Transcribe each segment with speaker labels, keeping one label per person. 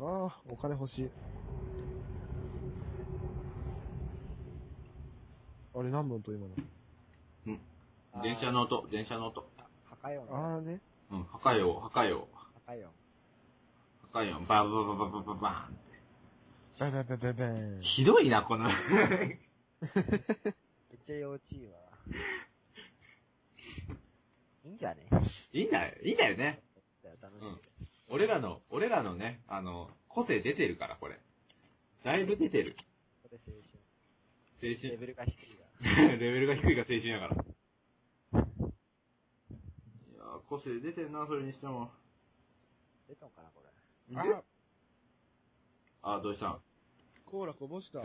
Speaker 1: ああ、お金欲しい。あれ何の音今の。
Speaker 2: 電車の音、電車の音。
Speaker 3: 破壊音だ。
Speaker 1: ああね。
Speaker 2: うん、破壊音、破壊音、
Speaker 3: 破壊音。
Speaker 2: 破壊音、バーバーバーバーバーバーバーンって。
Speaker 1: バンバンバンバンバン。
Speaker 2: ひどいな、この。
Speaker 3: めっちゃ幼稚いわ。いいんじゃね
Speaker 2: いいんだよ、いいんだよね。
Speaker 3: 楽し
Speaker 2: うん
Speaker 3: い。
Speaker 2: 俺らの、俺らのね、あの、個性出てるから、これ。だいぶ出てる。
Speaker 3: これ青春。
Speaker 2: 青春。
Speaker 3: レ ベルが低いが。
Speaker 2: レベルが低いが青春やから。いやー、個性出てんな、それにしても。
Speaker 3: 出たのかな、これ。
Speaker 1: あ、
Speaker 2: あー、どうしたん
Speaker 1: コーラこぼした。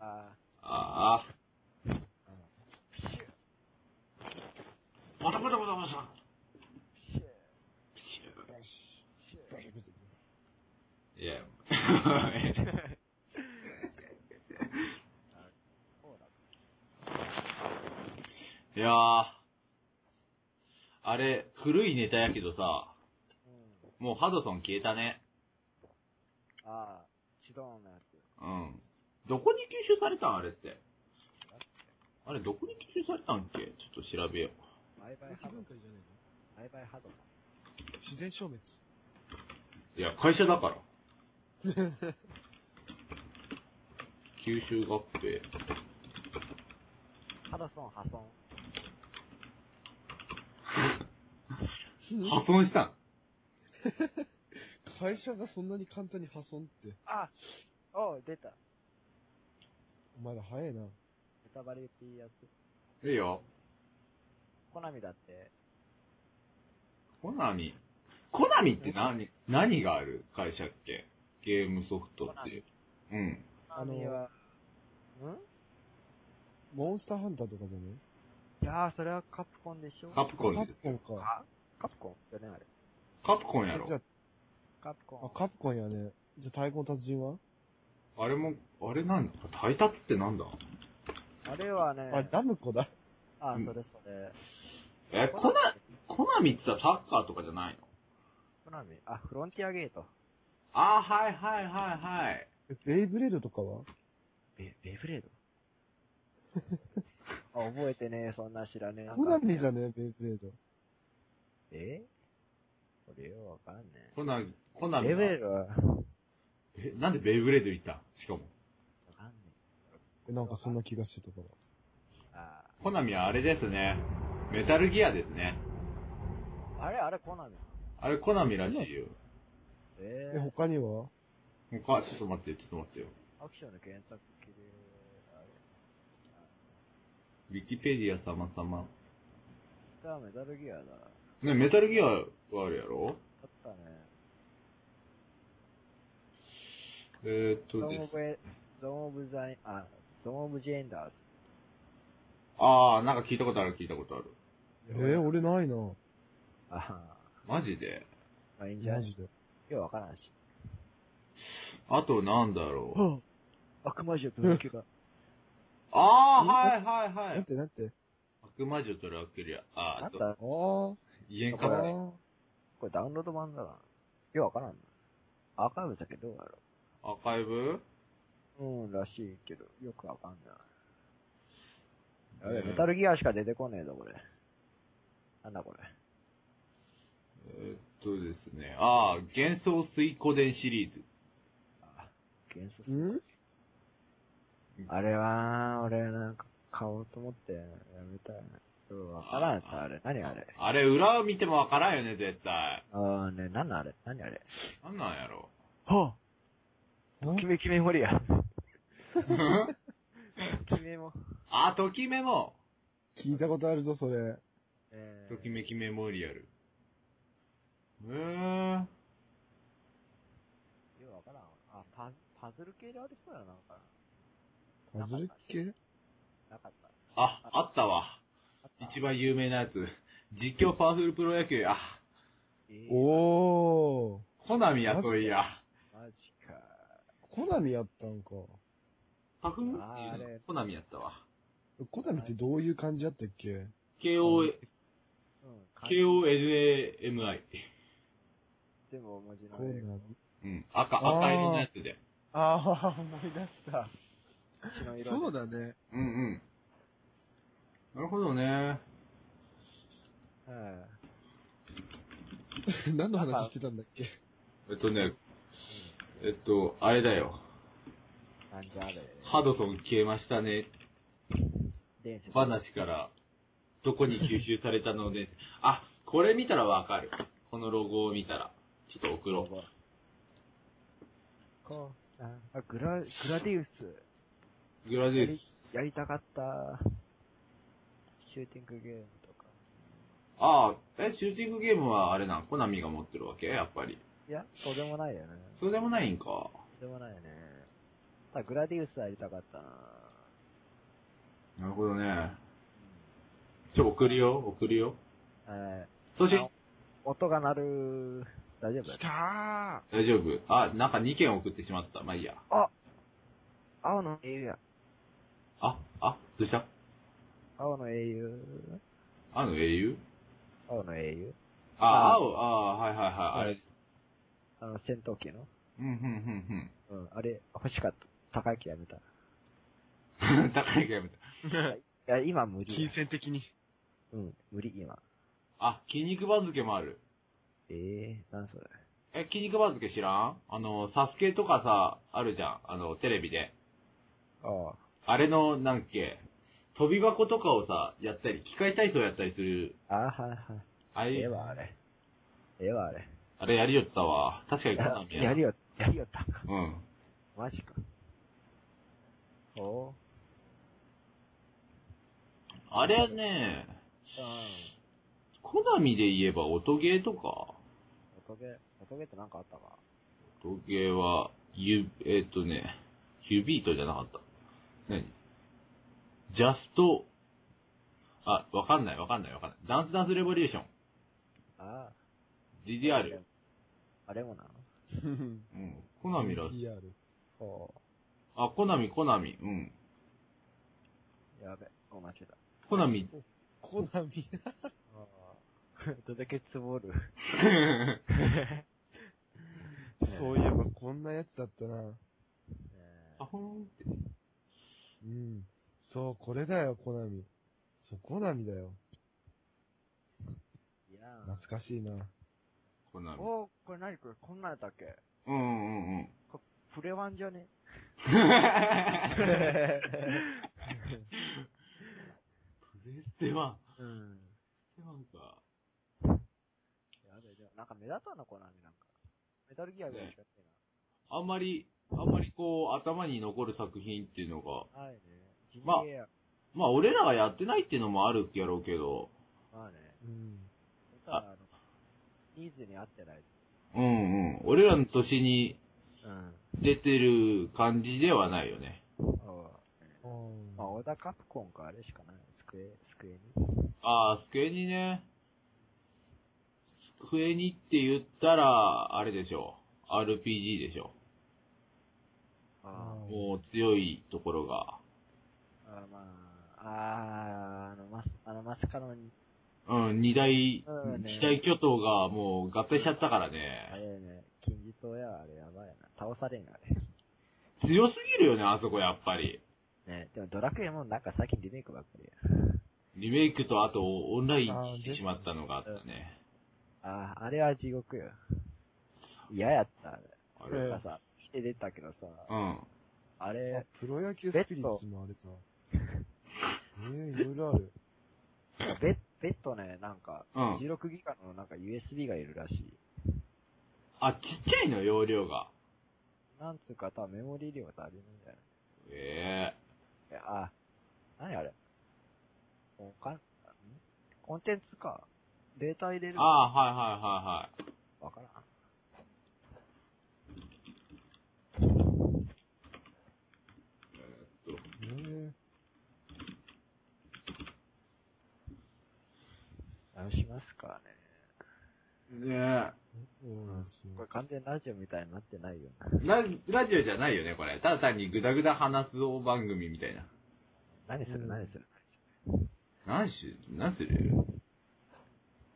Speaker 3: あ
Speaker 2: あー
Speaker 3: ー、うん。
Speaker 2: あー、ボタボタボタボタ。
Speaker 3: シューシュー
Speaker 2: いや、
Speaker 3: そうだ。
Speaker 2: いやー、あれ、古いネタやけどさ、
Speaker 3: うん。
Speaker 2: もうハドソン消えたね。
Speaker 3: あー、シドーンのやつ。
Speaker 2: うん。どこに吸収されたんあれって。あれ、どこに吸収されたんっけちょっと調べよう。
Speaker 3: バイバイハ
Speaker 1: 自
Speaker 3: ド
Speaker 1: 分
Speaker 3: ン。
Speaker 1: 会じゃね
Speaker 3: バイバイハド
Speaker 1: え
Speaker 3: ン。
Speaker 1: の自然消滅。
Speaker 2: いや、会社だから。吸収合併。
Speaker 3: ハドソン破損。
Speaker 2: 破損したん
Speaker 1: 会社がそんなに簡単に破損って。
Speaker 3: あおう、出た。
Speaker 1: まだ早いな。
Speaker 3: ネタバレっていいやつ。
Speaker 2: いいよ。
Speaker 3: コナミだって、
Speaker 2: コナミ。コナミって何、何がある会社っけゲームソフト
Speaker 3: コ
Speaker 2: っ
Speaker 3: ナ
Speaker 2: て
Speaker 3: ミ。
Speaker 2: うん。
Speaker 3: コナミは、ん
Speaker 1: モンスターハンターとかじゃね
Speaker 3: いやー、それはカプコンでしょ
Speaker 2: カプコン
Speaker 1: カ
Speaker 2: で
Speaker 1: プコンか。
Speaker 3: あカプコンじゃねあれ。
Speaker 2: カプコン
Speaker 1: じ
Speaker 2: や
Speaker 1: ゃ
Speaker 2: ろ。
Speaker 3: カプコン。
Speaker 1: あ、カプコンやね。じゃあ、太鼓の達人は
Speaker 2: あれも、あれなんだタイタってなんだ
Speaker 3: あれはね、
Speaker 1: あ、ダムコだ。
Speaker 3: あ、
Speaker 2: うん
Speaker 3: それそれ。
Speaker 2: え、コナ、コナミってさサッカーとかじゃないの
Speaker 3: コナミ。あ、フロンティアゲート。
Speaker 2: あー、はいはいはいはい。
Speaker 1: ベイブレードとかは
Speaker 3: ベ、ベイブレード あ、覚えてねえ、そんな知らねえ。
Speaker 1: コナミじゃねベイブレード。
Speaker 3: えこれよ、わかんね
Speaker 2: コナ、コ
Speaker 3: え。
Speaker 2: ナミ
Speaker 3: ベ
Speaker 2: が。
Speaker 3: イブレードは、わ
Speaker 2: え、なんでベイブレード行ったんしかも。
Speaker 3: かんね
Speaker 1: えなんかそんな気がしてたから。
Speaker 3: え。あ
Speaker 2: コナミはあれですね。メタルギアですね。
Speaker 3: ー、あれあれ、コナミ。
Speaker 2: あれ、コナミらしいよ。
Speaker 3: え
Speaker 1: え、
Speaker 3: ー、
Speaker 1: 他には
Speaker 2: 他、ちょっと待って、ちょっと待ってよ。
Speaker 3: アクションの原作で、あれ。
Speaker 2: ウィキペディア様様。
Speaker 3: じゃあメダルギアだ。だっ
Speaker 2: ね、メタルギアはあるやろ
Speaker 3: たね。
Speaker 2: えー、っと
Speaker 3: ゾーン
Speaker 2: で
Speaker 3: オ
Speaker 2: す。
Speaker 3: ブエ、ゾーンオブザイン、あ、ゾーンオブジェンダーズ。
Speaker 2: あー、なんか聞いたことある、聞いたことある。
Speaker 1: えー、俺ないな。
Speaker 3: あ
Speaker 2: マジで。
Speaker 3: ーまあいいんじゃ
Speaker 1: マ
Speaker 3: ない
Speaker 1: ジで。
Speaker 3: 今日わからんし。
Speaker 2: あと、なんだろう。
Speaker 3: はあ、悪魔女と受けが。
Speaker 2: あー、はいはいは
Speaker 1: なん
Speaker 2: い。
Speaker 1: てなんて。
Speaker 2: 悪魔女とラクリア。あー、
Speaker 3: な
Speaker 2: あ
Speaker 3: ん
Speaker 2: と、
Speaker 3: だ
Speaker 1: あー。
Speaker 2: 言えん
Speaker 1: あ
Speaker 2: かった。
Speaker 1: ー。
Speaker 3: これダウンロード版だな。よくわからんな。アーカイブだけどどうやろ
Speaker 2: アーカイブ
Speaker 3: う。うん、らしいけど、よくわかんない。やべえ、
Speaker 2: うん
Speaker 3: メタルギアしか出てこねえぞ、これ。なんだこれ。
Speaker 2: えーっとですね。あー、幻想水湖伝シリーズ。
Speaker 3: 幻想
Speaker 1: ん
Speaker 3: あれは、俺なんか買おうと思ってやめたいな。そうわからんやつ、あれ。何あれ。
Speaker 2: あれ、裏を見てもわからんよね、絶対。
Speaker 3: あーね、何のあれ何あれ
Speaker 2: なんなんや ろ。
Speaker 3: は
Speaker 1: ん
Speaker 3: ぁキメキメモリ や。キメモ。
Speaker 2: あー、ときメモ。
Speaker 1: 聞いたことあるぞ、それ。
Speaker 3: え
Speaker 2: ときめきメモリアル。えー。
Speaker 3: ー、よくわからん。あ、パパズル系でありそうやな、なんか。
Speaker 1: パズル系
Speaker 3: なかった。
Speaker 2: あ、あったわ。
Speaker 3: あった
Speaker 2: 一番有名なやつ。実況パワフルプロ野球や。
Speaker 3: えー
Speaker 1: おー。
Speaker 2: コナミやといや。
Speaker 3: マジか。
Speaker 1: コナミやったんか。
Speaker 2: パフム
Speaker 3: あーあれ
Speaker 2: コナミやったわ。
Speaker 1: コナミってどういう感じやったっけ
Speaker 2: KO、
Speaker 3: うん、感じ
Speaker 2: KONAMI。
Speaker 3: 全部同じ
Speaker 1: コナ
Speaker 3: の映画。
Speaker 1: ミ。
Speaker 2: うん。赤、
Speaker 1: あー
Speaker 2: 赤色のやつで。
Speaker 3: ああ、思い出した。血の色で
Speaker 1: そうだね。
Speaker 2: うんうん。なるほどね。
Speaker 3: うん。
Speaker 1: 何の話してたんだっけ
Speaker 2: えっとね、えっと、あれだよ。
Speaker 3: なんじゃあれ。
Speaker 2: ハドソン消えましたね。
Speaker 3: 伝説。
Speaker 2: 話から、どこに吸収されたので、あ、これ見たらわかる。このロゴを見たら。ちょっと送ろう。
Speaker 3: こう。あ、あグラ、グラディウス。
Speaker 2: グラデ
Speaker 3: や
Speaker 2: ィウス
Speaker 3: り。、やりたかった。シューティングゲームとか。
Speaker 2: ああ、え、シューティングゲームはあれなんコナミが持ってるわけやっぱり。
Speaker 3: いや、そうでもないよね。
Speaker 2: そうでもないんか。
Speaker 3: そうでもないよね。ただ、グラディウスはやりたかったな。
Speaker 2: なるほどね。ちょ、送るよ、送るよ。
Speaker 3: はい。
Speaker 2: そして
Speaker 3: あ、音が鳴る。大丈夫
Speaker 1: た
Speaker 2: 大丈夫。あ、なんか2件送ってしまった。まあいいや。
Speaker 3: 青の英雄や。
Speaker 2: あ、あ、どうした
Speaker 3: 青の英雄。
Speaker 2: あの英雄
Speaker 3: 青の英雄。
Speaker 2: あ、
Speaker 3: あ
Speaker 2: 青、あはいはいはい、あれ。
Speaker 3: あの、戦闘機の。
Speaker 2: うん、うん、
Speaker 3: うん、あれ、欲しかった。高い木やめた。い
Speaker 2: うん、 うん。高いからやめた。
Speaker 3: や、今無理
Speaker 1: 金
Speaker 3: や。
Speaker 1: 銭的に。
Speaker 3: うん、無理、今。
Speaker 2: あ、筋肉番付もある。
Speaker 3: ええー、なんそれ。
Speaker 2: え、筋肉番付知らんあの、サスケとかさ、あるじゃん。あの、テレビで。
Speaker 3: ああ。
Speaker 2: あれの、なんっけ、飛び箱とかをさ、やったり、機械体操やったりする。
Speaker 3: ああ、はいはい。
Speaker 2: ああい
Speaker 3: ええ
Speaker 2: う、
Speaker 3: わ、あれ。ええわ、あれ。
Speaker 2: あれやりよったわ。確かにコナ
Speaker 3: や
Speaker 2: ミやな
Speaker 3: やりよ、やりよった。
Speaker 2: うん。
Speaker 3: マジか。ほ
Speaker 2: あれはね、
Speaker 3: う。うん。
Speaker 2: コナミで言えば音ゲーとか、
Speaker 3: 音ゲー、音ゲーってなんかあったか
Speaker 2: 音ゲーは、ゆ、えっ、とね、ユビートじゃなかった。何ジャスト、あ、わかんないわかんないわかんない。ダンスダンスレボリューション。
Speaker 3: ああ。
Speaker 2: DDR。。
Speaker 3: あれもなの
Speaker 2: うん。コナミら、
Speaker 1: PR。
Speaker 3: ほ
Speaker 2: あ、コナミコナミ。うん。
Speaker 3: う。やべ、おまけだ。
Speaker 2: コナミ。
Speaker 1: コナミ。
Speaker 3: ああ。 どれだけ積もる。
Speaker 1: そういえばこんなやつだったな。
Speaker 3: え
Speaker 2: あほーんって。
Speaker 1: うん。そう、これだよ、コナミ。そう、コナミだよ。
Speaker 3: ーいやー
Speaker 1: 懐かしいな。
Speaker 2: コナミ。
Speaker 3: おー、これ何これ、こんなやったっけ
Speaker 2: うんうんうんうん。
Speaker 3: プレワンじゃね
Speaker 2: プレステワ
Speaker 3: うん。
Speaker 2: ン。プレステワンか。
Speaker 3: やだよ、なんか目立ったのコナミなんか。メタルギアぐらいしかやって
Speaker 2: あんまり、あんまりこう、頭に残る作品っていうのが、
Speaker 3: ない。はいね。
Speaker 2: まあ
Speaker 3: GTA
Speaker 2: まあ俺らがやってないっていうのもあるやろうけど、
Speaker 3: まあね。
Speaker 1: うん。
Speaker 3: それからあの、ニーズに合ってない。
Speaker 2: うんうん。俺らの年に
Speaker 3: うん。
Speaker 2: 出てる感じではないよね。
Speaker 1: あ
Speaker 3: あ
Speaker 1: ー
Speaker 3: まあ、小田カプコンかあれしかない。机、机に。
Speaker 2: ああ、スクエニね。スクエニって言ったら、あれでしょう。RPG でしょ。
Speaker 3: あ
Speaker 2: もう強いところが。
Speaker 3: あ、ああまあ、ああ、あの、ま、あの、まさかの、
Speaker 2: うん、二大、
Speaker 3: うんね
Speaker 2: 二大巨頭がもう合体しちゃったから
Speaker 3: あ
Speaker 2: ね。
Speaker 3: れね、金字塔やわあれやばいな。倒されんよ、あれ。
Speaker 2: 強すぎるよね、あそこやっぱり。
Speaker 3: ね、でもドラクエもなんか最近リメイクばっかりや。
Speaker 2: リメイクとあとオンライン
Speaker 1: あ
Speaker 2: に
Speaker 1: ー
Speaker 2: してしまったのがあったね。
Speaker 3: ああ、あれは地獄よ。嫌やった、あれ。
Speaker 2: あ
Speaker 1: う
Speaker 2: れ
Speaker 1: ん
Speaker 3: なんかさ、来て出たけどさ、
Speaker 2: うん。
Speaker 3: あれ、
Speaker 1: プロ野球スピリッツもあれか。ええいろいろある。
Speaker 3: ベッ、ベッドね、なんか、
Speaker 2: うん。
Speaker 3: 16ギガのなんか USB がいるらしい。
Speaker 2: あ、ちっちゃいの、容量が。
Speaker 3: なんつうか、多分メモリー量が足りないんじゃない
Speaker 2: え
Speaker 3: えあ、何あれおかん、んコンテンツか。データ入れ
Speaker 2: え
Speaker 3: るわ
Speaker 2: ああ、はいはいはいはい。
Speaker 3: からん。
Speaker 1: ええ
Speaker 3: 何しますかね。
Speaker 2: ね
Speaker 1: うん
Speaker 3: これ完全にラジオみたいになってないよな。
Speaker 2: え。ララジオじゃないよね、これ。ただ単にグダグダ話す番組みたいな。
Speaker 3: 何す
Speaker 1: う
Speaker 3: る
Speaker 1: ん
Speaker 3: 何する
Speaker 2: 何種、何種類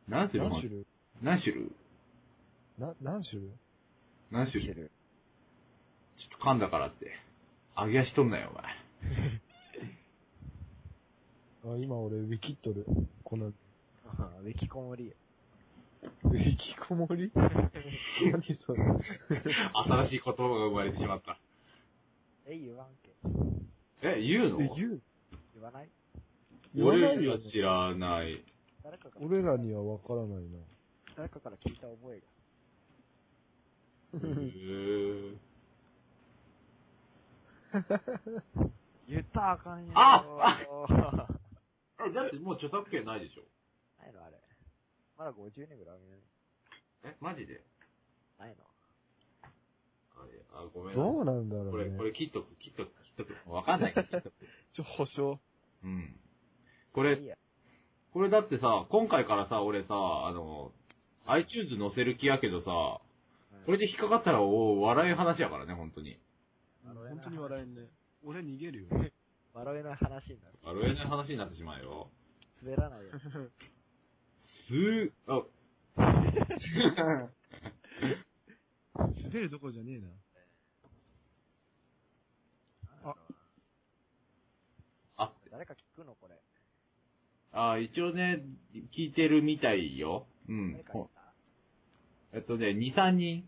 Speaker 2: 何種
Speaker 1: 何
Speaker 2: 類
Speaker 1: 種類
Speaker 2: 何種類
Speaker 1: な、何種類
Speaker 2: 何
Speaker 3: 知
Speaker 2: 種
Speaker 3: って
Speaker 2: 類
Speaker 3: る。
Speaker 2: ちょっと噛んだからって。揚げ足とんなよ、お前。
Speaker 1: あ、今俺、ウィキッドで、この、
Speaker 3: ああ、ウィキコモリ。
Speaker 1: ウィキこもり 何それ。
Speaker 2: 新しい言葉が生まれてしまった。
Speaker 3: え、言わんけ。
Speaker 2: え、言う
Speaker 1: え
Speaker 2: の
Speaker 1: 言う
Speaker 3: 言わない
Speaker 1: 言わない
Speaker 2: 俺
Speaker 1: よ
Speaker 2: は
Speaker 1: ね
Speaker 2: 知 らない。
Speaker 3: 誰かから、
Speaker 1: 俺らにはわからないな。
Speaker 3: 誰かから聞いた覚えが。
Speaker 2: へー
Speaker 3: 言ったらあかんよ
Speaker 2: あ
Speaker 3: あ
Speaker 2: え、だってもう著作権ないでしょ
Speaker 3: ないのあれ。まだ50年ぐらいあげない。
Speaker 2: え、マジで
Speaker 3: ないの
Speaker 2: あれ、あ、ごめんな
Speaker 1: どうなんだろう
Speaker 2: これ、
Speaker 1: ね。
Speaker 2: これ切っとく、切っとく、切っとく。わかん ないから切っとく。
Speaker 1: ちょ、保証。
Speaker 2: うん。こ
Speaker 3: い
Speaker 2: れ、
Speaker 3: いや。
Speaker 2: これだってさ、今回からさ、俺さ、あの、iTunes 載せる気やけどさ、
Speaker 3: うん
Speaker 2: これで引っかかったら、おー笑い話やからね、本当に。
Speaker 3: 本当に
Speaker 1: 笑えんね。俺逃げるよ。
Speaker 3: 笑えない話になる。
Speaker 2: 笑えない話になってしまうよ。
Speaker 3: 滑らないよ。
Speaker 2: すー、あ、
Speaker 1: 滑るとこじゃねえな。あ
Speaker 2: あ
Speaker 3: 誰か聞くのこれ。
Speaker 2: あー一応ね、聞いてるみたいよ。う
Speaker 3: 誰
Speaker 2: ん
Speaker 3: か。いた
Speaker 2: えっとね、2、3人。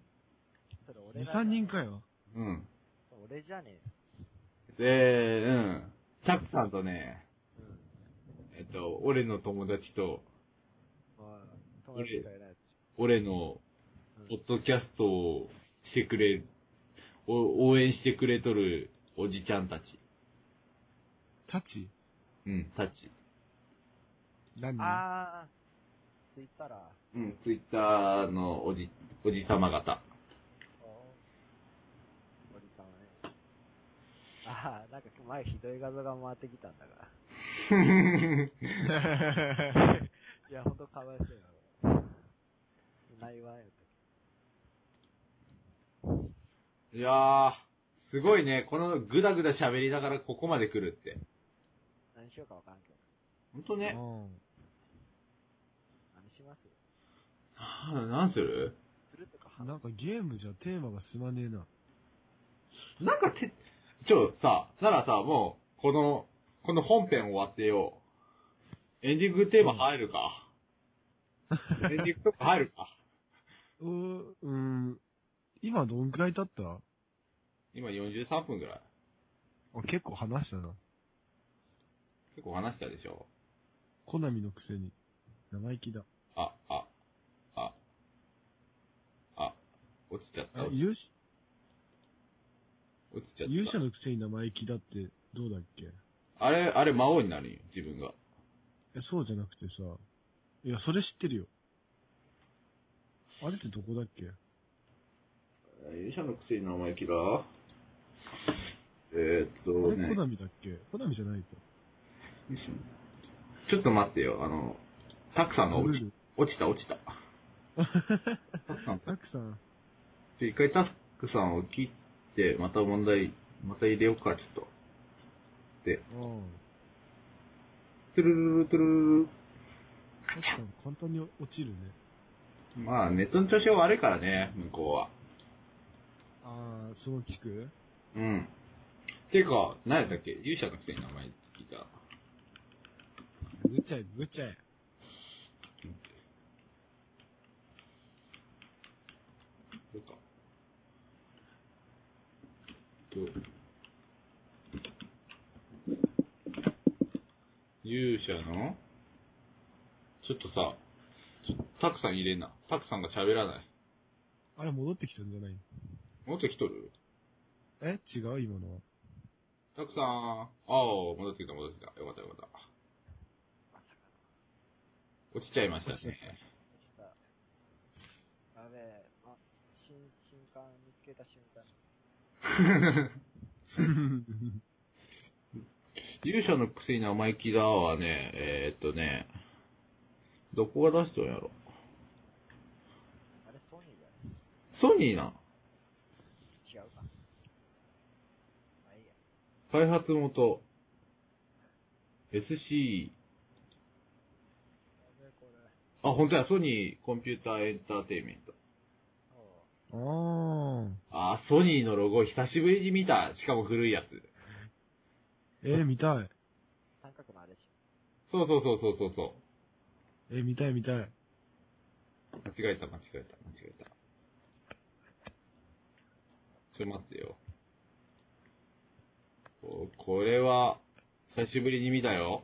Speaker 3: それ俺
Speaker 1: 2、
Speaker 3: だな
Speaker 1: 3人かよ。
Speaker 2: うん。
Speaker 3: 俺じゃね
Speaker 2: で、うん。チャックさんとね、
Speaker 3: え。う
Speaker 2: え
Speaker 3: ん。
Speaker 2: っと、俺の友達と、
Speaker 3: まあ、友達がいない。
Speaker 2: 俺の
Speaker 3: うん
Speaker 2: ポッドキャストをしてくれ、お応援してくれとるおじちゃんたち。
Speaker 1: タッチ
Speaker 2: うん、たち。
Speaker 1: 何
Speaker 3: あー、ツイッターら。
Speaker 2: うん、ツイッターのおじ、おじ様方。
Speaker 3: おおりさんはね。ああ、なんか前ひどい画像が回ってきたんだから。いや、ほんとかわいそうやろ。ないわよって。
Speaker 2: いやー、すごいね、このぐだぐだ喋りながらここまで来るって。
Speaker 3: 何しようかわからんけど。
Speaker 2: ほんとね。
Speaker 1: う
Speaker 3: 何します
Speaker 2: はぁなんする
Speaker 3: するとか
Speaker 1: ん。
Speaker 3: 話
Speaker 1: なんかゲームじゃテーマがすまねえな。
Speaker 2: なんかて、ちょ、さ、ならさ、もう、この、この本編終わってよ。エンディングテーマ入るか。エンディングとか入るか。
Speaker 1: うー、うーん。今どんくらい経った
Speaker 2: 今43分ぐらい。
Speaker 1: あ結構話したな。
Speaker 2: 結構話したでしょ。
Speaker 1: コナミのくせに。生意気だ。
Speaker 2: あ、あ、あ、あ、落ちちゃった。
Speaker 1: あ
Speaker 2: 落ち
Speaker 1: 勇者
Speaker 2: 落ちちゃった。
Speaker 1: 勇者のくせに生意気だって、どうだっけ
Speaker 2: あれ、あれ魔王になるんよ、自分が。
Speaker 1: え、そうじゃなくてさ。いや、それ知ってるよ。あれってどこだっけ
Speaker 2: 勇者のくせに生意気だ。えー、っ
Speaker 1: あ
Speaker 2: と
Speaker 1: れコ
Speaker 2: ね、
Speaker 1: ナミだっけコナミじゃない
Speaker 2: ちょっと待ってよ、あの、たくさんが
Speaker 1: と。ル
Speaker 2: 落
Speaker 1: ー
Speaker 2: ち、
Speaker 1: ル。
Speaker 2: 落ちた、落ちた。たくさん、
Speaker 1: たくさん。
Speaker 2: ちょ一回タックさんを切って、また問題、また入れようか、ちょっと。
Speaker 1: うん。
Speaker 2: トゥルルルトゥルルル。
Speaker 1: たくさん簡単に落ちるね。
Speaker 2: まあ、ネットの調子が悪いからね、向こうは。
Speaker 1: あー、そう聞く
Speaker 2: うん。てか、何やったっけ勇者のくせに名前聞いた。
Speaker 1: ぐちゃい、ぐちゃい。
Speaker 2: どうか。どう勇者のちょっとさ、ちょたくさん入れんな。たくさんが喋らない。
Speaker 1: あれ戻ってきたんじゃない
Speaker 2: 戻ってきとる
Speaker 1: え違う今のは。
Speaker 2: たくさん。ああ、戻ってきた、戻ってきた。よかった、よかった。落ちちゃいましたね。
Speaker 3: した。やべえ、あ、新、新刊見つけた瞬間に。
Speaker 2: 勇者のくせに生意気だはね、えー、っとね、どこが出しとんやろ。
Speaker 3: あれ、ソニーだよ。
Speaker 2: ソニーな。
Speaker 3: 違うか。まあいいや。
Speaker 2: 開発元。SC。
Speaker 3: やべえ、これ。
Speaker 2: あ、本当や、ソニーコンピューターエンターテイメント。
Speaker 1: あー。
Speaker 2: あー、ソニーのロゴ久しぶりに見た。しかも古いやつ。
Speaker 1: えー、見たい。
Speaker 3: 三角のあれでし
Speaker 2: そうそうそうそうそうそ
Speaker 1: えー、見たい見たい。
Speaker 2: う。間違えた、間違えた、間違えた。ちょっと待ってよ。おこれは、久しぶりに見たよ。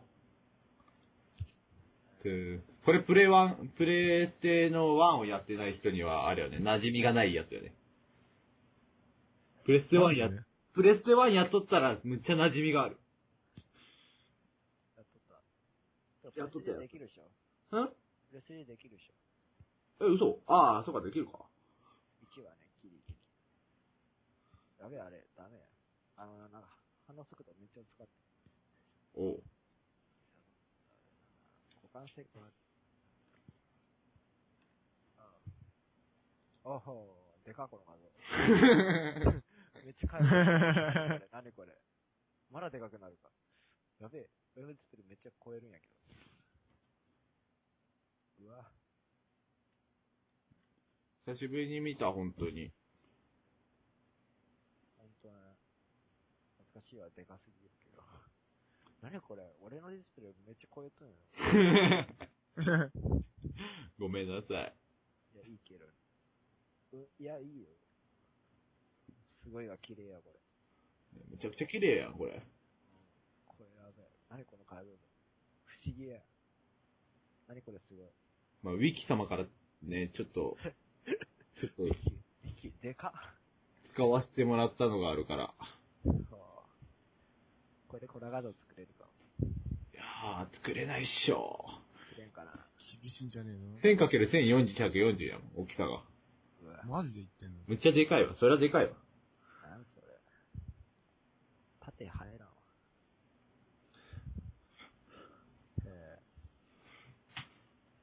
Speaker 2: うーこれプレイワン、プレイステの1をやってない人には、あれよね、馴染みがないやつよね。プレステ1やっ
Speaker 1: ね
Speaker 2: プレステ1やっとったら、むっちゃ馴染みがある。
Speaker 3: ょ。やっとった。
Speaker 2: やっとったよ
Speaker 3: できるでしょ。
Speaker 2: ん
Speaker 3: プレスリーできるでしょ。
Speaker 2: え、嘘ああ、そうか、できるか。
Speaker 3: 1はね、ギリギリ。やべえ、あれ、ダメや。あの、なんか、反応速度めっちゃ使って、
Speaker 2: おう。
Speaker 3: 互換性が。ああおほでかいこの画像。めっちゃかい。何これ。まだでかくなるか。やべえ、ウェブツールめっちゃ超えるんやけど。うわ、
Speaker 2: 久しぶりに見た、本当に。
Speaker 3: ほんとね。懐かしいわ、でかすぎるけど。何これ、俺のディスプレイめっちゃ超えとんよ。
Speaker 2: ごめんなさい。
Speaker 3: いや、いいけど。うん、いや、いいよ。すごいわ、綺麗や、これ。
Speaker 2: めちゃくちゃ綺麗やん、これ。
Speaker 3: これやべえ。何この解像度。不思議や。何これすごい。
Speaker 2: まあ、ウィキ様からね、ちょっと、ちょっと
Speaker 3: きでかっ。
Speaker 2: 使わせてもらったのがあるから。
Speaker 3: そうこれでこの画像作れるか。
Speaker 2: いやー、作れないっしょ。
Speaker 3: 作れんかな。
Speaker 1: 厳しいんじゃねえ
Speaker 2: 1000×1040、140やん、大きさが。
Speaker 3: うわ、
Speaker 1: のマジで言ってんの
Speaker 2: むっちゃでかいわ、それはでかいわ。
Speaker 3: なんそれ。縦入らんわ。え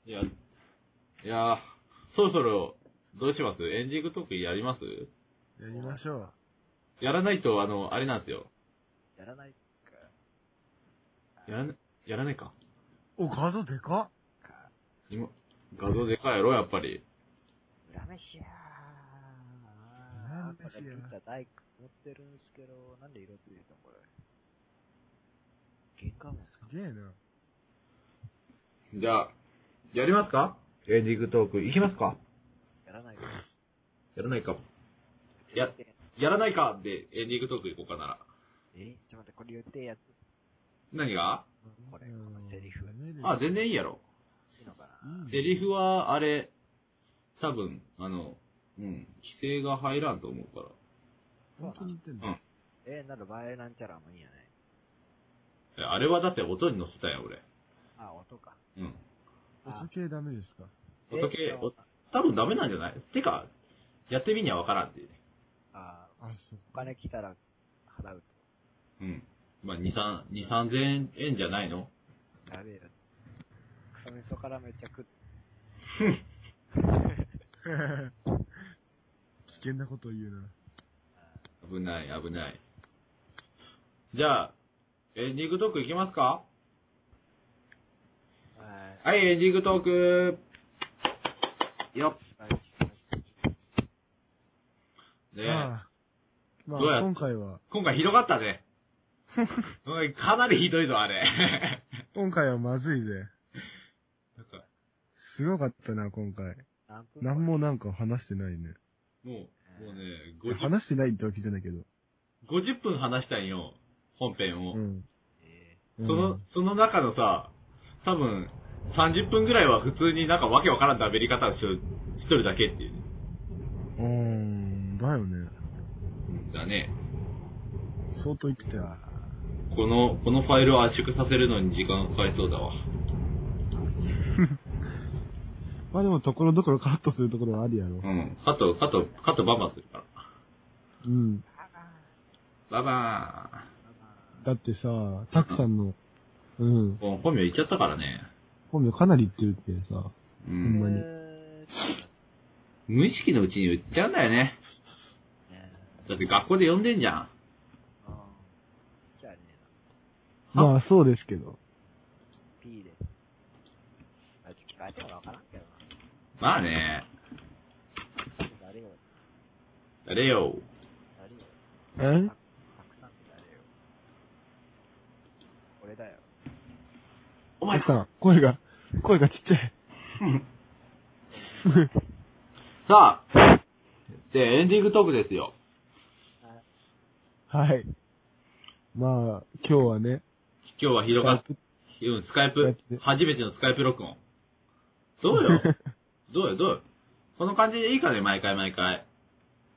Speaker 2: いや、いやー、そろそろ、どうしますエンディングトークやります
Speaker 1: やりましょう。
Speaker 2: やらないと、あの、あれなんですよ。
Speaker 3: ー、やらないか。
Speaker 2: やらな、やらないか。
Speaker 1: お、画像でかっ
Speaker 3: か。
Speaker 2: 今、画像でかいやろ、やっぱり。
Speaker 3: 裏飯やー。
Speaker 1: 裏飯や
Speaker 3: これ食った大工持ってるんすけど、なんで色ついてんのこれ。玄関も
Speaker 1: すげえな。
Speaker 2: じゃあ、やりますかエンディングトーク、いきますか
Speaker 3: やらないから。
Speaker 2: やらないか。ややらないかで、エンディングトークいこうかなら。
Speaker 3: えちょっと待って、これ言ってえやつ。
Speaker 2: 何が
Speaker 3: これ、このセリフ。い
Speaker 2: あ、全然いいやろ。
Speaker 3: いのかな、
Speaker 1: 然
Speaker 2: セリフは、あれ、多分、あの、うん、規制が入らんと思うか
Speaker 1: 本当に言ってんの
Speaker 3: えなんだ、バイなんちゃらもいいよね。
Speaker 2: ら。えあれはだって音に乗せたやん、俺。
Speaker 3: あ、音か。
Speaker 2: うん。
Speaker 1: 音系ダメですか
Speaker 3: え
Speaker 2: 音系
Speaker 3: でも
Speaker 2: 多分ダメなんじゃないてか、やってみにはわからんって。
Speaker 3: あ、
Speaker 1: あ、そう。
Speaker 3: お金来たら払う
Speaker 2: うん。まあ、2、3、2、3千円じゃないの
Speaker 3: と。やべえよ。クソ味噌からめっちゃ食っ
Speaker 1: 危険なことを言うな。
Speaker 2: 危ない、危ない。じゃあ、エンディングトークいきますか
Speaker 3: はい。
Speaker 2: はい、エンディングトークよっ。ね
Speaker 1: まあ、ま
Speaker 2: どうや
Speaker 1: あ、今回は、
Speaker 2: 今回ひどかったね。おいかなりひどいぞ、あれ。
Speaker 1: 今回はまずいぜ。
Speaker 2: なんか、
Speaker 1: すごかったな、今回。
Speaker 3: 何分
Speaker 1: なんもなんか話してないね。
Speaker 2: もう、もうね、
Speaker 1: いや
Speaker 2: 50,
Speaker 1: 話してないってわけじゃないけど。
Speaker 2: 50分話したんよ、本編を
Speaker 1: う。ん。
Speaker 3: え
Speaker 1: うん
Speaker 2: その、その中のさ、多分、30分ぐらいは普通になんかわけわからん喋り方をしとるしとるだけっていう。
Speaker 1: うーん、だよね。
Speaker 2: だね。
Speaker 1: 相当言ってたよ。
Speaker 2: この、このファイルを圧縮させるのに時間かかりそうだわ。
Speaker 1: まあでも、ところどころカットするところはあるやろ
Speaker 2: う。ん。カット、カット、カットバンバンするから。
Speaker 1: うん。
Speaker 2: ババ
Speaker 1: だってさ、たくさんの、うん、
Speaker 2: ーン。もう本名言っちゃったからね。
Speaker 1: 本名かなり言ってるってさ、
Speaker 2: う
Speaker 1: ほん
Speaker 2: ん。
Speaker 1: まに。
Speaker 3: え
Speaker 2: 無意識のうちに言っちゃうんだよね。だって学校で呼んでんじゃん。
Speaker 3: あじゃあね
Speaker 1: まあそうですけど。
Speaker 3: P で。あいつ聞かれてもわからんけどな。
Speaker 2: まあね。
Speaker 3: 誰よ。
Speaker 2: なれよ。
Speaker 3: なりよ。
Speaker 1: え
Speaker 3: たくさんなれよ。俺だよ。
Speaker 2: お
Speaker 1: た
Speaker 2: 前
Speaker 1: くさん、声が、声がちっちゃい。
Speaker 2: さあ、で、エンディングトークですよ。
Speaker 1: はい。まあ、今日はね、
Speaker 2: 今日は広がっうん、スカイプ、初めてのスカイプ録音。どうよどうよどうよこの感じでいいからね、毎回毎回。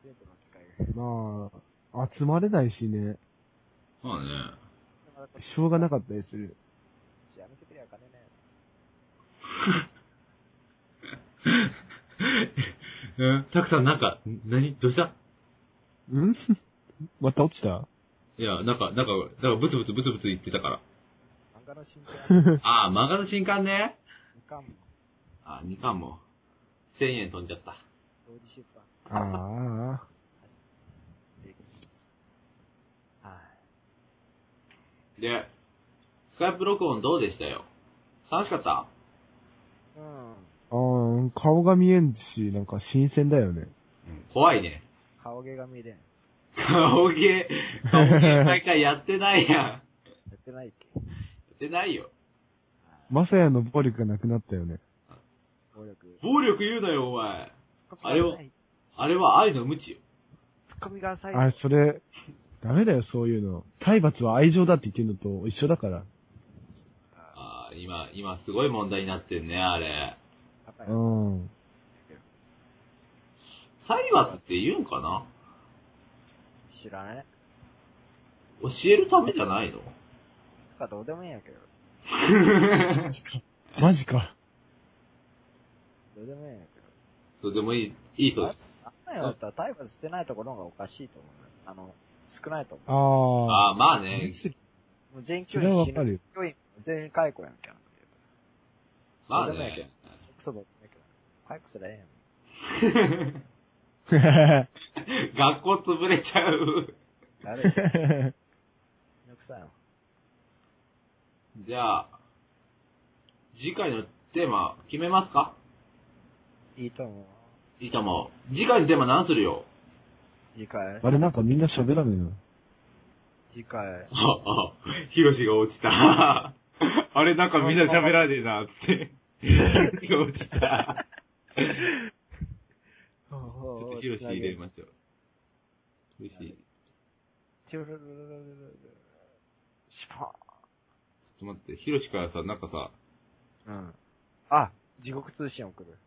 Speaker 3: 全部の機械
Speaker 1: まあ、集まれないしね、
Speaker 2: そうね。
Speaker 3: が。
Speaker 1: しょうがなかったりする。
Speaker 3: やめてくれよ、金ね。
Speaker 2: うん、たくさんなんか、ん何どうした
Speaker 1: ん また落ちた
Speaker 2: いや、なんか、なんか、なんかブツブツブツブツ言ってたか
Speaker 3: 漫画の新刊、
Speaker 2: ら。ああ、漫画の新刊ね。
Speaker 3: 二巻も
Speaker 2: ああ、2巻も。1000円飛んじゃった。
Speaker 3: 同時出版。
Speaker 1: ああ、
Speaker 3: ではい。
Speaker 2: で、スカイプ録音どうでしたよ楽しかった
Speaker 3: うん。
Speaker 1: ああ、顔が見えんし、なんか新鮮だよね。
Speaker 2: うん、怖いね。
Speaker 3: 顔毛が見れん。
Speaker 2: 顔芸、顔芸大会やってないやん。や
Speaker 3: やってないっけ
Speaker 2: ってないよ。
Speaker 1: まさやの暴力がなくなったよね。
Speaker 3: 暴力。
Speaker 2: 暴力言うなよ、お前。あれを
Speaker 3: ツッコミが浅い
Speaker 2: あれは愛の無知よ。
Speaker 3: ツッコミが浅い。
Speaker 1: あ、それ、ダメだよ、そういうの。体罰は愛情だって言ってるのと一緒だから。
Speaker 2: ああ、今、今すごい問題になってんね、あれ。
Speaker 3: 赤い
Speaker 1: うん。
Speaker 2: 体罰って言うんかな
Speaker 3: 知らない。
Speaker 2: 教えるためじゃない の
Speaker 3: とかどうでもいいんやけど。
Speaker 1: マジか。
Speaker 3: どうでもいいんやけど。
Speaker 2: とてもいい、いいそうです。
Speaker 3: あんなよったら体罰してないところがおかしいと思う。あの、少ないと思う。
Speaker 1: ああ。
Speaker 2: ああ、まあね。
Speaker 3: もう全
Speaker 1: そ
Speaker 3: 教
Speaker 1: れは
Speaker 3: 員
Speaker 1: わ
Speaker 3: 死
Speaker 1: かる
Speaker 3: ぬ
Speaker 1: よ。
Speaker 3: 教員全員解雇やんけ。
Speaker 2: まあ
Speaker 3: どうでもいいけ
Speaker 2: ね
Speaker 3: ど。クソどうでもいいけど。解雇すりゃええやん。
Speaker 2: 学校潰れちゃう。
Speaker 3: 誰よ。めんどくさいの。
Speaker 2: じゃあ、次回のテーマ決めますか
Speaker 3: いいと思う。
Speaker 2: いいとも。次回のテーマ何するよ
Speaker 3: 次回
Speaker 1: あれなんかみんな喋らねえな。
Speaker 3: 次回。
Speaker 2: あ、あ、 ヒロシが落ちた。 あれ、なんかみんな喋らねえな、って。ヒロシが落ちた。
Speaker 3: ほ
Speaker 2: ちょっと
Speaker 3: うほうほう
Speaker 2: ヒロシ入れましょう。ヒロシ、ちょ
Speaker 3: チュルルルルルルルルシュパ
Speaker 2: っと待って、ヒロシからさ、なんかさ、
Speaker 3: ーンうん。あ、地獄通信送る。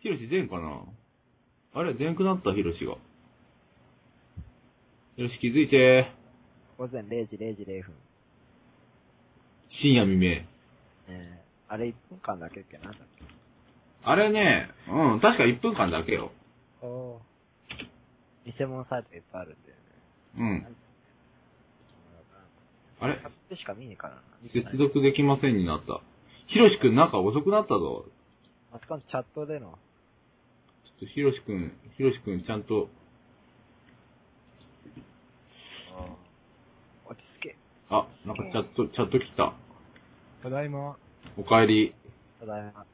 Speaker 2: ヒロシ全かなあれ、全くなった、ヒロシが。ヒロシ気づいて、
Speaker 3: 午前0時0時0分。
Speaker 2: 深夜未明。
Speaker 3: えー、あれ1分間だけっけなんだっけ
Speaker 2: あれね、うん、確か1分間だけよ。
Speaker 3: おお。偽物サイトいっぱいあるんだよね。
Speaker 2: うん。あれ
Speaker 3: 買ってしか見に行かないな。
Speaker 2: 接続できませんになった。ヒロシくんなんか遅くなったぞ。
Speaker 3: あそこのチャットでの、
Speaker 2: ちょっとヒロシくん、ヒロシくんちゃんと、
Speaker 3: 落ち着け。
Speaker 2: あ、なんかチャット、チャット来た。
Speaker 1: ただいま。
Speaker 2: おかえり。
Speaker 3: ただいま。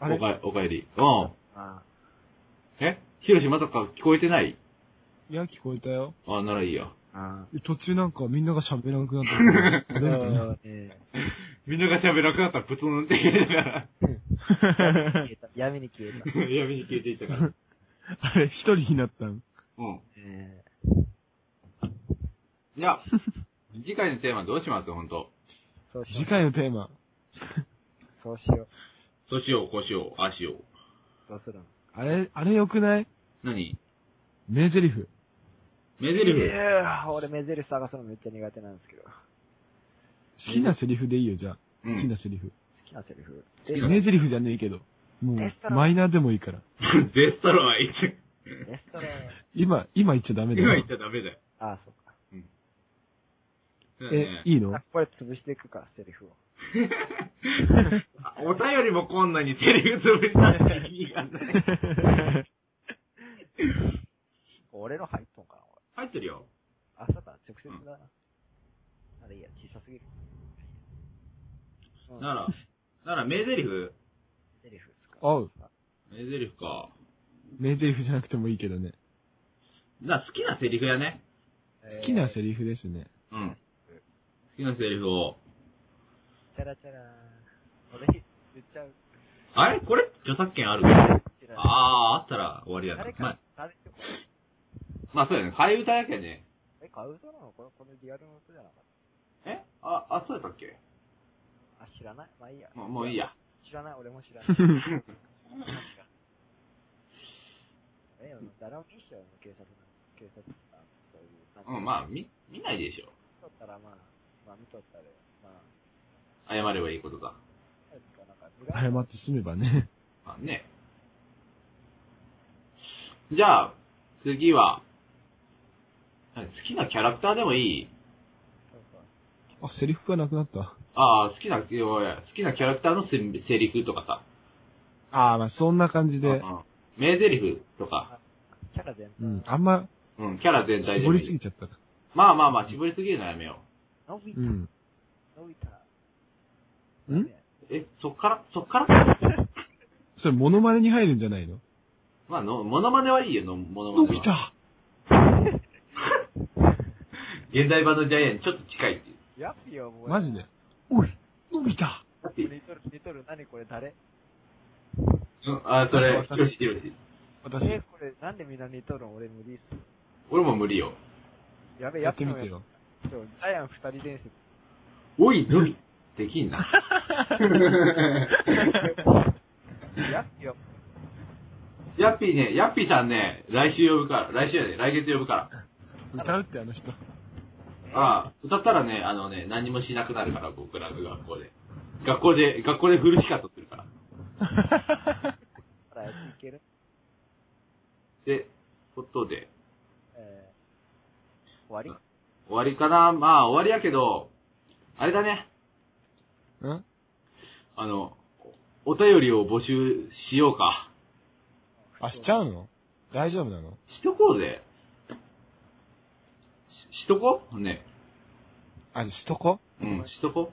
Speaker 1: あ
Speaker 2: お
Speaker 1: れ
Speaker 2: かえ、おかえり。うん。
Speaker 3: あ
Speaker 2: えヒロシまさか聞こえてない
Speaker 1: いや、聞こえたよ。
Speaker 2: あ、ならいいや。
Speaker 3: あ、あ
Speaker 1: 途中なんかみんなが喋らなくなった
Speaker 3: あ。
Speaker 1: から。
Speaker 3: え
Speaker 2: みんなが喋らなくなったらプツンって消えた か
Speaker 3: え消えた闇に消えた。
Speaker 2: ら。闇に消えていったから。
Speaker 1: あれ、一人になったん。
Speaker 2: うん。
Speaker 3: え
Speaker 2: じゃあ、次回のテーマどうしますほんと。
Speaker 3: えそうし
Speaker 1: 次
Speaker 3: よう。
Speaker 1: 回のテーマ。
Speaker 3: そうしよう。
Speaker 2: そうしよう、こうしよう、ああしよう。
Speaker 3: どうするの
Speaker 1: あれ、あれ良くない
Speaker 2: 何
Speaker 1: 名台詞。
Speaker 2: 目ゼリ
Speaker 3: い
Speaker 2: フ
Speaker 3: やー、俺目印探すのめっちゃ苦手なんですけど。好
Speaker 1: 好きなセリフでいいよ、じゃあ。
Speaker 2: う
Speaker 1: 好き
Speaker 2: ん。
Speaker 1: なセリフ。
Speaker 3: きなセリフ。
Speaker 2: 好きな
Speaker 1: 名台詞じゃねえけど。も
Speaker 3: レスト
Speaker 1: う、
Speaker 3: ラン
Speaker 1: マイナーでもいいから。
Speaker 2: デストロイって。
Speaker 3: レストラン。
Speaker 1: 今、今言っちゃダメだ
Speaker 2: 今言
Speaker 1: よ
Speaker 2: っ。ちゃダメだよ。
Speaker 3: ああ、そっか。
Speaker 2: だよ
Speaker 1: え
Speaker 2: ね、
Speaker 1: いいの
Speaker 3: あこれ潰していくから、セリフを。
Speaker 2: お便りもこんなにセリフ潰したって意味がない。
Speaker 3: 俺の入っとんかな、
Speaker 2: 入
Speaker 3: 俺。
Speaker 2: ってるよ。
Speaker 3: あ、そうか、直接だな。あれいいや、小さすぎる。うん
Speaker 2: なら、なら名台詞
Speaker 3: セリフっすか。
Speaker 1: おう。
Speaker 2: 名名台詞か。
Speaker 1: 名台詞じゃなくてもいいけどね。
Speaker 2: な、好きな台詞やね。
Speaker 1: 好きなセ
Speaker 3: リ
Speaker 1: リフですね。
Speaker 2: うん。好きな台詞を。
Speaker 3: チャラチャラ俺、言っちゃう。
Speaker 2: あれこれ著作権ある
Speaker 3: 知らない
Speaker 2: あー、あったら終わりや
Speaker 3: 誰
Speaker 2: ね。
Speaker 3: か、
Speaker 2: まあ、
Speaker 3: 誰か、
Speaker 2: まあそうやね。替え歌やけね。
Speaker 3: え、買う人なのこれ、このリアルの音じゃなかっ
Speaker 2: えあ、あ、そうやったっけ
Speaker 3: た。あ、知らないまあいいや。
Speaker 2: もうもういい。や。
Speaker 3: 知らない、俺も知らない。マジかえ、誰も見しちゃうの、警察の。警察とか、そういう。
Speaker 2: うん、まあ、み、見ないでしょ。
Speaker 3: 見とったら、まあ、まあ見とったで、まあ、
Speaker 2: 謝ればいいことか。
Speaker 3: なんか、なん
Speaker 1: 謝
Speaker 3: か、
Speaker 1: って済めば ね。
Speaker 2: まあね。じゃあ、次は、はい好きなキャラクターでもいい
Speaker 3: そうそう
Speaker 1: あ、セリフがなくなった。
Speaker 2: ああ、好きな、いやいや好きなキャラクターのセセリフとかさ。
Speaker 1: ああ、まあそんな感じで
Speaker 2: う。ん名台詞とか、
Speaker 3: キャラ全体。
Speaker 1: うん。あんま、
Speaker 2: うん、キャラ全体で
Speaker 1: 絞
Speaker 2: も
Speaker 1: りす
Speaker 2: い
Speaker 1: ぎ
Speaker 2: い。
Speaker 1: ちゃったか。
Speaker 2: まあまあまあ、絞りすぎるのはやめよ
Speaker 3: 伸びた
Speaker 1: う、ん。
Speaker 3: 伸びた。
Speaker 1: ん
Speaker 3: ね
Speaker 2: う。え、そっから、そっから
Speaker 1: それ、モノマネに入るんじゃないの
Speaker 2: まあの、モノマネはいいよ、のモノマネ
Speaker 1: 伸
Speaker 2: は。
Speaker 1: びた
Speaker 2: 現代版のジャイアンにちょっと近いっていう。
Speaker 3: やっぴよ、もう。
Speaker 1: マジで。おい伸びた
Speaker 2: だって、
Speaker 3: リトル、リトル、何これ、誰
Speaker 2: うん、あ、それ、よしよし。
Speaker 1: 私、
Speaker 3: え、これ、なんでみんな似とるん俺無理っす。
Speaker 2: 俺も無理よ。
Speaker 3: やべ、
Speaker 1: や
Speaker 3: やっ
Speaker 1: って
Speaker 3: ぴ
Speaker 1: み
Speaker 3: の
Speaker 1: て
Speaker 3: や
Speaker 1: よ。
Speaker 3: つ。ジャイアン二人伝説。
Speaker 2: おい、伸び、できんな。
Speaker 3: やっぴよ、
Speaker 2: ヤッピーね、ヤッピーさんね、来週呼ぶから、来週やね、来月呼ぶから。
Speaker 1: 歌うってあの人。
Speaker 2: ああ、歌ったらね、あのね、何もしなくなるから、僕らの学校で。学校で、学校でフルシカトするから。
Speaker 3: ほら、やっていける。
Speaker 2: で、ことで、
Speaker 3: えー、終わり
Speaker 2: 終わりかなまあ、終わりやけど、あれだね、
Speaker 1: ん
Speaker 2: あの、おお便りを募集しようか。
Speaker 1: あ、しちゃうの大丈夫なの
Speaker 2: しとこうぜ。ししとこね。
Speaker 1: あ、しとこ
Speaker 2: うん、しとこ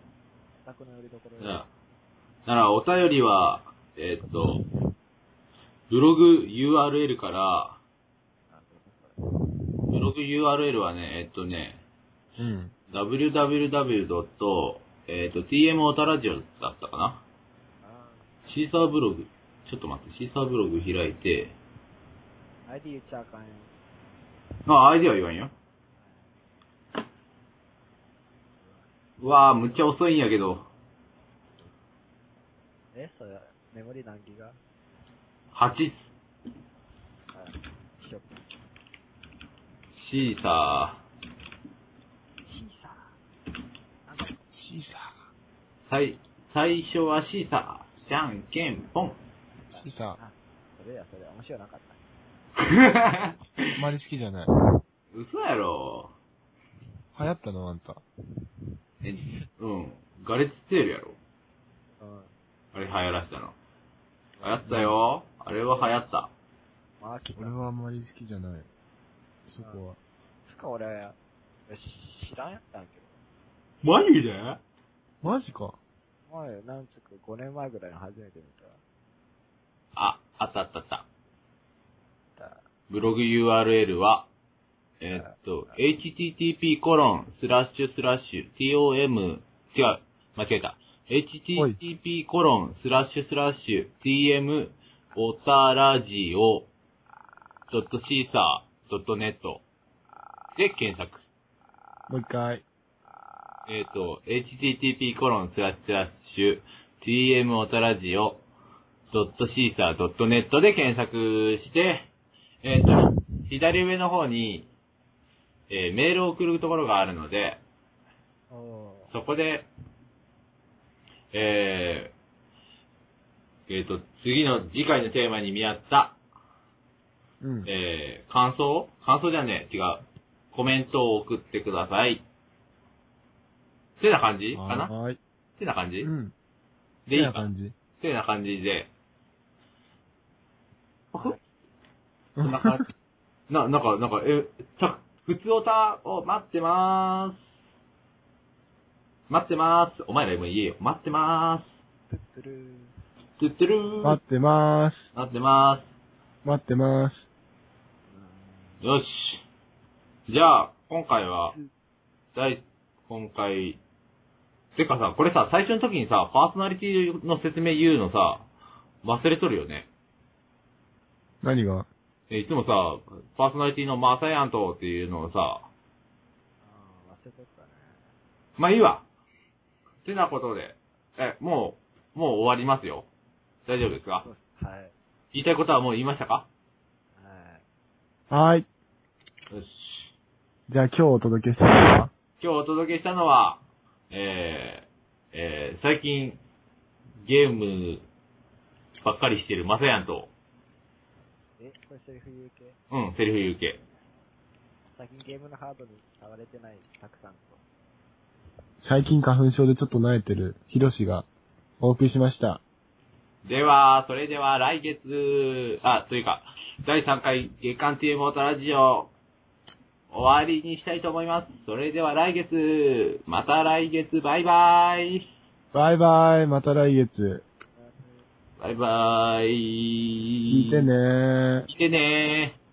Speaker 3: 楽のよりどころ
Speaker 2: じゃあ、ならお便りは、えーっと、ブログ URL から、ブログ URL はね、えーっとね、
Speaker 1: うん。
Speaker 2: www. えーっと、tm オタラジオだったかな
Speaker 3: あ
Speaker 2: シーサーブログ、ちょっと待って、シーサーブログ開いて、
Speaker 3: ー ID 言っちゃあかんよ。
Speaker 2: まあ、アイディアは言わんよ。うわぁ、むっちゃ遅いんやけど、
Speaker 3: え、それ、メモリ何ギガは
Speaker 2: 8、
Speaker 3: い。ショップ。
Speaker 2: シーサ
Speaker 3: シーサー。なんだ
Speaker 1: シーサ
Speaker 2: ー、最、最初はシーサー、じゃんけんぽん。
Speaker 1: ー。シーサ
Speaker 3: それや、それ、面白なかった。
Speaker 1: ー、あんまり好きじゃない。
Speaker 2: 嘘やろ。
Speaker 1: 流行ったのあんた。
Speaker 2: え、うん。ガレッジセールやろ。
Speaker 3: うん。
Speaker 2: あれ流行らせたの。流行ったよ。あれは流行った。
Speaker 3: まあ、きっ
Speaker 1: 俺はあんまり好きじゃない。そこは。
Speaker 3: つか俺、よし知らんやったんやけど。
Speaker 2: マジで
Speaker 1: マジか。
Speaker 3: 前、なんつうか5年前ぐらいに初めて見
Speaker 2: あ、あったあったあった。
Speaker 3: た。だ
Speaker 2: ブログ URL は、えーっと、http コロンスラッシュスラッシュ tom, 違う、間違えた。
Speaker 1: おい
Speaker 2: http コロンスラッシュスラッシュ tm おたらじお .caesar.net で検索。
Speaker 1: もう一回。
Speaker 2: えっ、と、http コロンスラッシュスラッシュ tm おたらじお .caesar.net で検索して、えっ、と、左上の方に、えーメールを送るところがあるので、
Speaker 3: お
Speaker 2: そこで、えー、えっ、と、次の、次回のテーマに見合った、
Speaker 1: うん。
Speaker 2: えー、感想感想じゃねえ、違う。コメントを送ってください。ってな感じかなっ
Speaker 1: はーい。
Speaker 2: てな感じ
Speaker 1: うん。
Speaker 2: でいい
Speaker 1: な
Speaker 2: かっ
Speaker 1: 感じ。
Speaker 2: てな感じで。
Speaker 3: はい
Speaker 2: そんな感じ。 な、なんか、なんか、え、た、普通オタを待ってまーす。待ってまーす。お前らも言えよ。待ってまーす。
Speaker 3: ー。トゥットゥルー。
Speaker 2: 言ってるー。
Speaker 1: 待ってまーす。
Speaker 2: なってま
Speaker 1: 待ってまーす。
Speaker 2: す。よし。じゃあ、今回は、第、今回、てかさ、これさ、最初の時にさ、パーソナリティの説明言うのさ、忘れとるよね。
Speaker 1: 何が
Speaker 2: えいつもさ、パーソナリティのマーサヤントっていうのをさ、
Speaker 3: あー忘れてたね。
Speaker 2: まあいいわ。てなことで、え、もう、もう終わりますよ。大丈夫ですか
Speaker 3: そうですはい。
Speaker 2: 言いたいことはもう言いましたか
Speaker 3: はい。
Speaker 1: はーい。
Speaker 2: よし。
Speaker 1: じゃあ今日お届けするのは
Speaker 2: 今日お届けしたのは、えー、えー、最近、ゲームばっかりしてるマサヤンと、
Speaker 3: え、これセリフ言う系
Speaker 2: うん、セリフ言うけ。
Speaker 3: 最近ゲームのハードに触れてない、たくさんと。
Speaker 1: 最近花粉症でちょっと慣れてるヒロシがお送りしました。
Speaker 2: では、それでは来月、あ、というか、第3回月間 TM オートラジオ、終わりにしたいと思います。それでは来月、また来月、バイバイ。
Speaker 1: バイバイ、また来月。
Speaker 2: バイバイ。
Speaker 1: 聞いてねー。
Speaker 2: 聞いてねー。